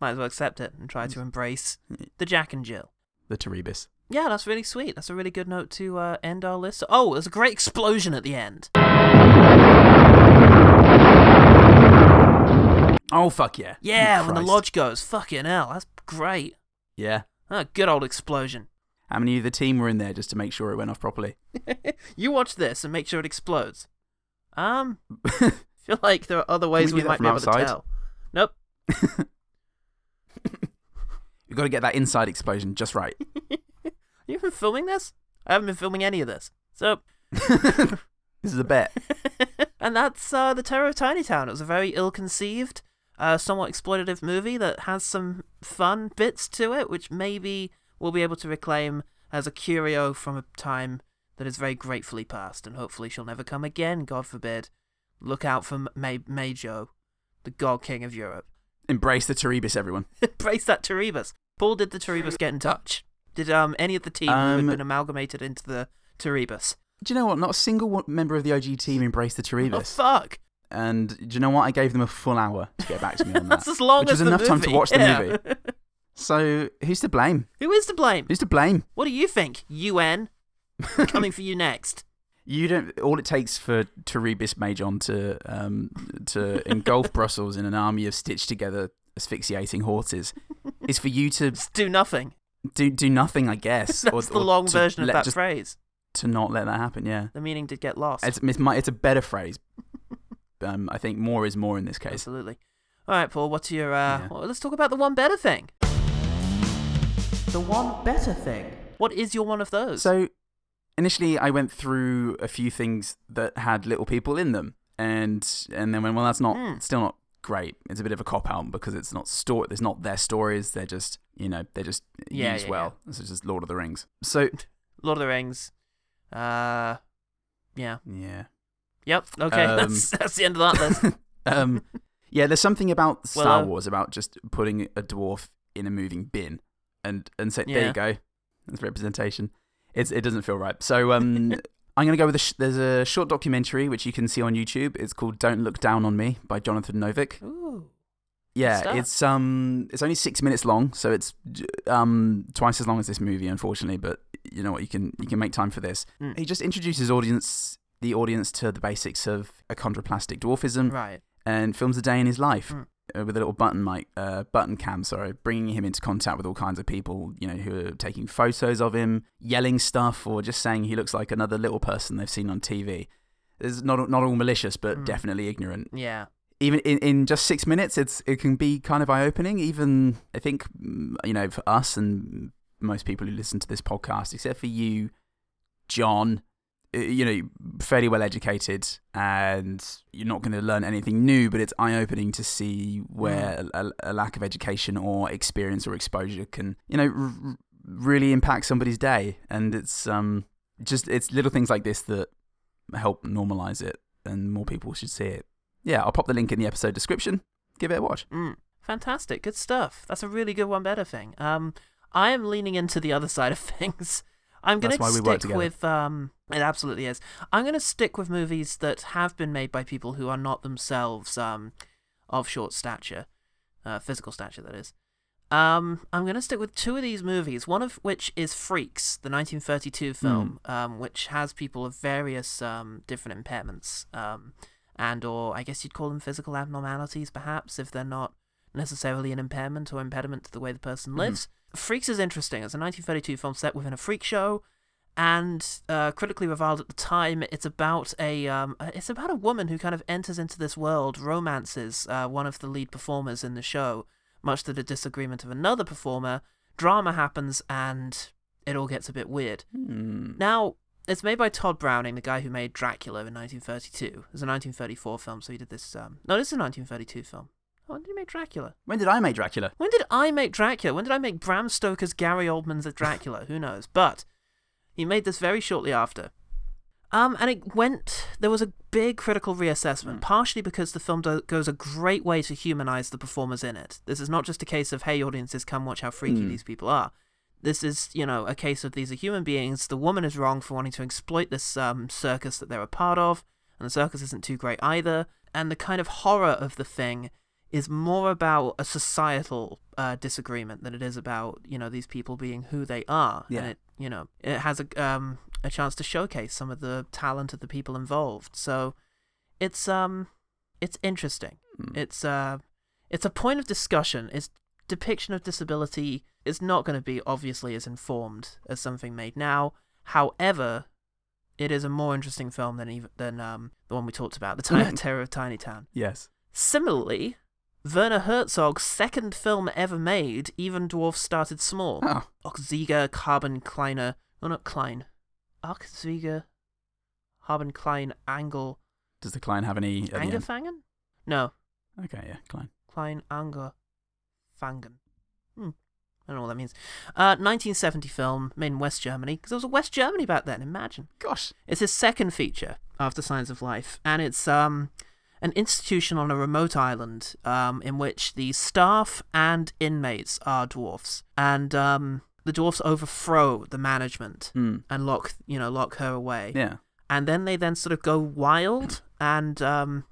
Might as well accept it and try to embrace the Jack and Jill.
the Terebus.
Yeah, that's really sweet. That's a really good note to uh, end our list. Oh, there's a great explosion at the end.
Oh, fuck yeah.
Yeah, when the
Christ.
lodge goes. Fucking hell, that's great.
Yeah.
Ah, good old explosion.
How many of the team were in there just to make sure it went off properly?
you watch this and make sure it explodes. Um, feel like there are other ways
we
we,
do that
might
from
be able
outside?
to tell. Nope.
You've got to get that inside explosion just right.
You've been filming this? I haven't been filming any of this. So,
This is a bet.
and that's uh, the Terror of Tiny Town. It was a very ill-conceived, uh, somewhat exploitative movie that has some fun bits to it, which maybe we'll be able to reclaim as a curio from a time that is very gratefully past, and hopefully she'll never come again. God forbid. Look out for M- May- Majo, the God King of Europe.
Embrace the Terebus, everyone.
Embrace that Terebus. Paul, did the Terebus get in touch? Did um any of the team who
Um,
had been amalgamated into the Terebus?
Do you know what? Not a single one- member of the OG team embraced the
Oh
Terebus.
fuck!
and do you know what? I gave them a full hour to get back to me on that.
That's as long
which
as
was
the
enough time to
movie,
watch
yeah.
the movie. So who's to blame?
Who is to blame?
Who's to blame?
What do you think? UN coming for you next.
You don't. All it takes for Terebus Majon to um, to engulf Brussels in an army of stitched together asphyxiating horses is for you to
Just do nothing.
do do nothing, I guess.
That's the long
to
version of
let-
that
just
phrase.
to not let that happen. Yeah,
The meaning did get lost.
it's it's, my, it's a better phrase. um, I think more is more in this case.
Absolutely. All right, Paul. What's your? Uh,
Yeah.
well, let's talk about the one better thing.
The one better thing.
What is your one of those?
So initially, I went through a few things that had little people in them, and and then went, well, that's not
Hmm.
still not great. It's a bit of a cop out because it's not story. There's not their stories. They're just you know they're just
Yeah,
used
yeah,
well. This is just Lord of the Rings. So
Lord of the Rings. Uh, yeah.
yeah,
Yep. Okay.
Um,
that's that's the end of that list.
um, yeah. There's something about Star
Well, uh,
Wars about just putting a dwarf in a moving bin, and and say there
Yeah.
you go, that's representation. It's it doesn't feel right. So um. I'm going to go with a sh- there's a short documentary which you can see on YouTube. It's called "Don't Look Down on Me" by Jonathan Novick.
Ooh.
Yeah,
stuff.
it's um it's only six minutes long, so it's j- um twice as long as this movie, unfortunately. But you know what, you can you can make time for this.
Mm.
He just introduces audience the audience to the basics of achondroplastic dwarfism
Right.
and films a day in his life
Mm.
uh, with a little button mic, uh, button cam, sorry, bringing him into contact with all kinds of people, you know, who are taking photos of him, yelling stuff, or just saying he looks like another little person they've seen on TV. It's not not all malicious, but
Mm.
definitely ignorant.
Yeah.
Even in, in just six minutes, it's it can be kind of eye opening. Even I think mm, you know for us and most people who listen to this podcast, except for you, John, uh, you know, fairly well educated, and you're not going to learn anything new, but it's eye opening to see where a, a lack of education or experience or exposure can, you know, r- r- really impact somebody's day. And it's um, just it's little things like this that help normalize it, and more people should see it. Yeah, I'll pop the link in the episode description. Give it a watch.
Mm. Fantastic. Good stuff. That's a really good one better thing. Um, I am leaning into the other side of things. I'm going
That's
to
why we
stick
work together.
with um it absolutely is. I'm going to stick with movies that have been made by people who are not themselves um of short stature. Uh, physical stature that is. Um, I'm going to stick with two of these movies. One of which is Freaks, the 1932 film, um, which has people of various um, different impairments, um, and or I guess you'd call them physical abnormalities, perhaps if they're not necessarily an impairment or impediment to the way the person lives. Freaks is interesting. It's a 1932 film set within a freak show, and uh, critically reviled at the time. It's about a um, uh, it's about a woman who kind of enters into this world, romances uh, one of the lead performers in the show, much to the disagreement of another performer. Drama happens, and it all gets a bit weird.
Hmm.
Now, it's made by Todd Browning, the guy who made Dracula in 1932. It was a 1934 film, so he did this. Um, no, this is a 1932 film. Oh, when did he make Dracula?
When did I make Dracula?
When did I make Dracula? When did I make Bram Stoker's Gary Oldman's Dracula? Who knows? But he made this very shortly after. Um, and it went. There was a big critical reassessment, partially because the film do- goes a great way to humanize the performers in it. This is not just a case of "Hey, audiences, come watch how freaky
Mm.
these people are." This is, you know, a case of these are human beings. The woman is wrong for wanting to exploit this um, circus that they're a part of, and the circus isn't too great either. And the kind of horror of the thing is more about a societal uh, disagreement than it is about you know these people being who they are.
Yeah.
And it you know it has a um a chance to showcase some of the talent of the people involved. So it's um it's interesting.
Mm.
It's uh it's a point of discussion. Its depiction of disability is not going to be obviously as informed as something made now. However, it is a more interesting film than even than um the one we talked about, The Ti-
Mm.
Terror of Tiny Town.
Yes.
Similarly, Werner Herzog's second film ever made, Even Dwarfs Started Small.
Oh.
Oxziger, Carbon Kleiner. Oh, not Klein. Oxziger, Carbon Klein, Angle.
Does the Klein have any? At the end?
Angerfangen? No,
Okay, yeah, Klein.
Klein Angerfangen. Hmm. I don't know what that means. Uh, 1970 film made in West Germany, because there was a West Germany back then, imagine.
Gosh,
It's his second feature after Signs of Life, and it's um an institution on a remote island um, in which the staff and inmates are dwarfs, and um, the dwarfs overthrow the management
Hmm.
and lock you know lock her away.
Yeah.
and then they then sort of go wild and um,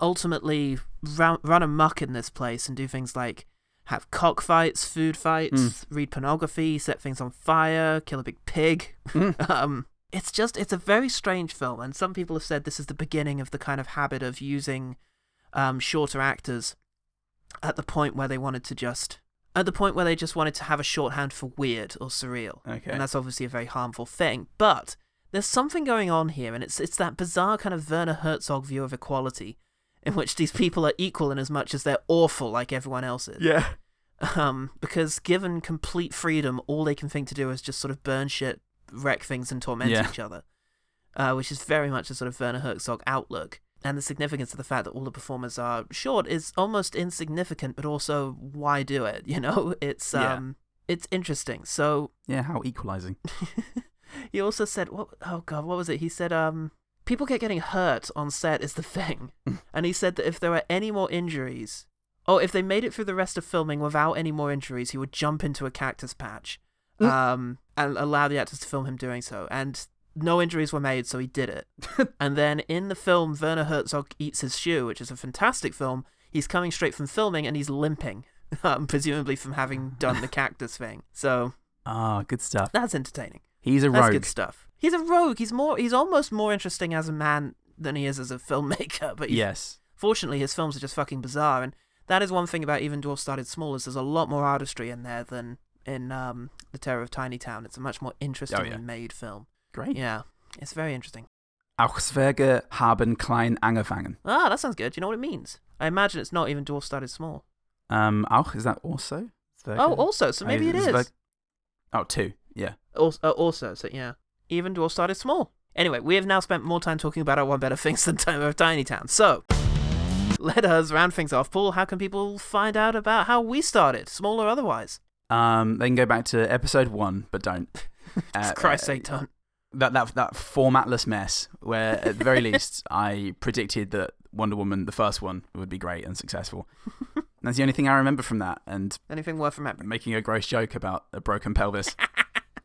ultimately run, run amok in this place and do things like have cockfights, food fights, read pornography, set things on fire, kill a big pig.
Hmm.
um, it's just it's a very strange film, and some people have said this is the beginning of the kind of habit of using um, shorter actors at the point where they wanted to just at the point where they just wanted to have a shorthand for weird or surreal.
Okay.
And that's obviously a very harmful thing. But there's something going on here, and it's it's that bizarre kind of Werner Herzog view of equality, in which these people are equal in as much as they're awful like everyone else is.
Yeah.
Um, because given complete freedom, all they can think to do is just sort of burn shit, wreck things, and torment
Yeah.
each other, uh, which is very much a sort of Werner Herzog outlook. And the significance of the fact that all the performers are short is almost insignificant, but also why do it? You know, it's
Yeah.
um, it's interesting. So
Yeah, how equalizing.
he also said, "What? Oh God, what was it?" He said, "Um, people get getting hurt on set is the thing," and he said that if there were any more injuries, oh, if they made it through the rest of filming without any more injuries, he would jump into a cactus patch, um, and allow the actors to film him doing so. And no injuries were made, so he did it. and then in the film, Werner Herzog eats his shoe, which is a fantastic film. He's coming straight from filming and he's limping, um, presumably from having done the cactus thing. So
Ah, good stuff.
that's entertaining.
He's a
That's
rogue.
good stuff. He's a rogue. He's more. He's almost more interesting as a man than he is as a filmmaker. But he-
Yes.
fortunately, his films are just fucking bizarre, and that is one thing about even Dwarf Started Small is there's a lot more artistry in there than in um, The Terror of Tiny Town. It's a much more interestingly
yeah.
made film.
Great.
Yeah, it's very interesting.
Auch Zwerge haben klein angefangen.
Ah, that sounds good. Do you know what it means? I imagine it's not even Dwarf Started Small.
Um, auch is that also? Zwerge?
Oh, also, so
Oh,
maybe it is.
Zwerg- Oh, two. Yeah.
Also, uh, also, so yeah, even Dwarf Started Small. Anyway, we have now spent more time talking about our one better things than Time of Tiny Town. So let us round things off. Paul, how can people find out about how we started, small or otherwise?
Um, they can go back to episode one, but don't.
For
Uh,
Christ's
uh,
sake, don't.
that that that formatless mess where at the very least I predicted that Wonder Woman the first one would be great and successful. And that's the only thing I remember from that and
Anything worth remembering?
making a gross joke about a broken pelvis.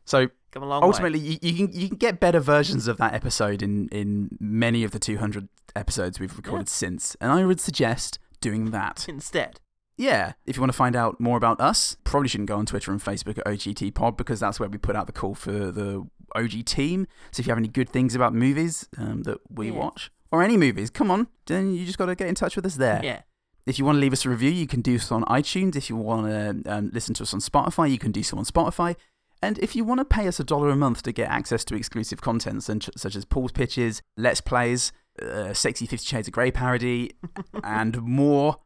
So
Come along.
ultimately you, you can you can get better versions of that episode in in many of the 200 episodes we've recorded since and I would suggest doing that.
instead.
Yeah, if you want to find out more about us, probably shouldn't go on Twitter and Facebook at OGT Pod because that's where we put out the call for the OG team. So if you have any good things about movies um, that we
Yeah.
watch or any movies, come on, then you just got to get in touch with us there.
Yeah.
If you want to leave us a review, you can do so on iTunes. If you want to um, listen to us on Spotify, you can do so on Spotify. And if you want to pay us a dollar a month to get access to exclusive content such, such as Paul's pitches, Let's Plays, uh, Sexy Fifty Shades of Grey parody, and more,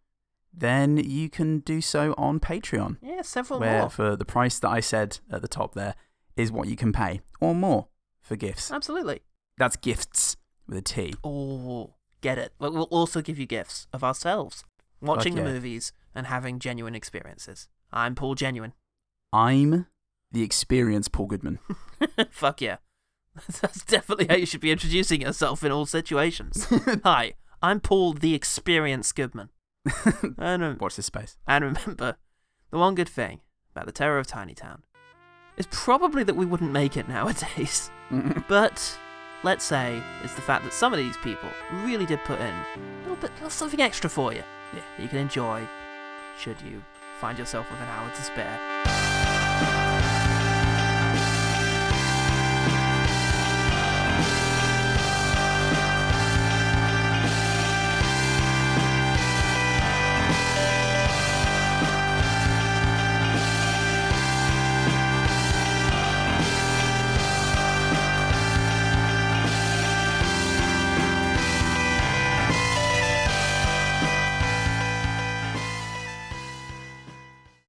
then you can do so on Patreon,
Yeah, several
where
more.
for the price that I said at the top there is what you can pay or more for gifts.
Absolutely.
That's gifts with a T.
Oh, get it. But we'll also give you gifts of ourselves, watching
yeah.
the movies and having genuine experiences. I'm Paul Genuine.
I'm the experienced Paul Goodman.
Fuck yeah. That's definitely how you should be introducing yourself in all situations. Hi, I'm Paul the Experienced Goodman. And, um,
Watch this space.
and remember, the one good thing about the terror of Tiny Town is probably that we wouldn't make it nowadays. but let's say it's the fact that some of these people really did put in a little bit little something extra for you that you can enjoy should you find yourself with an hour to spare.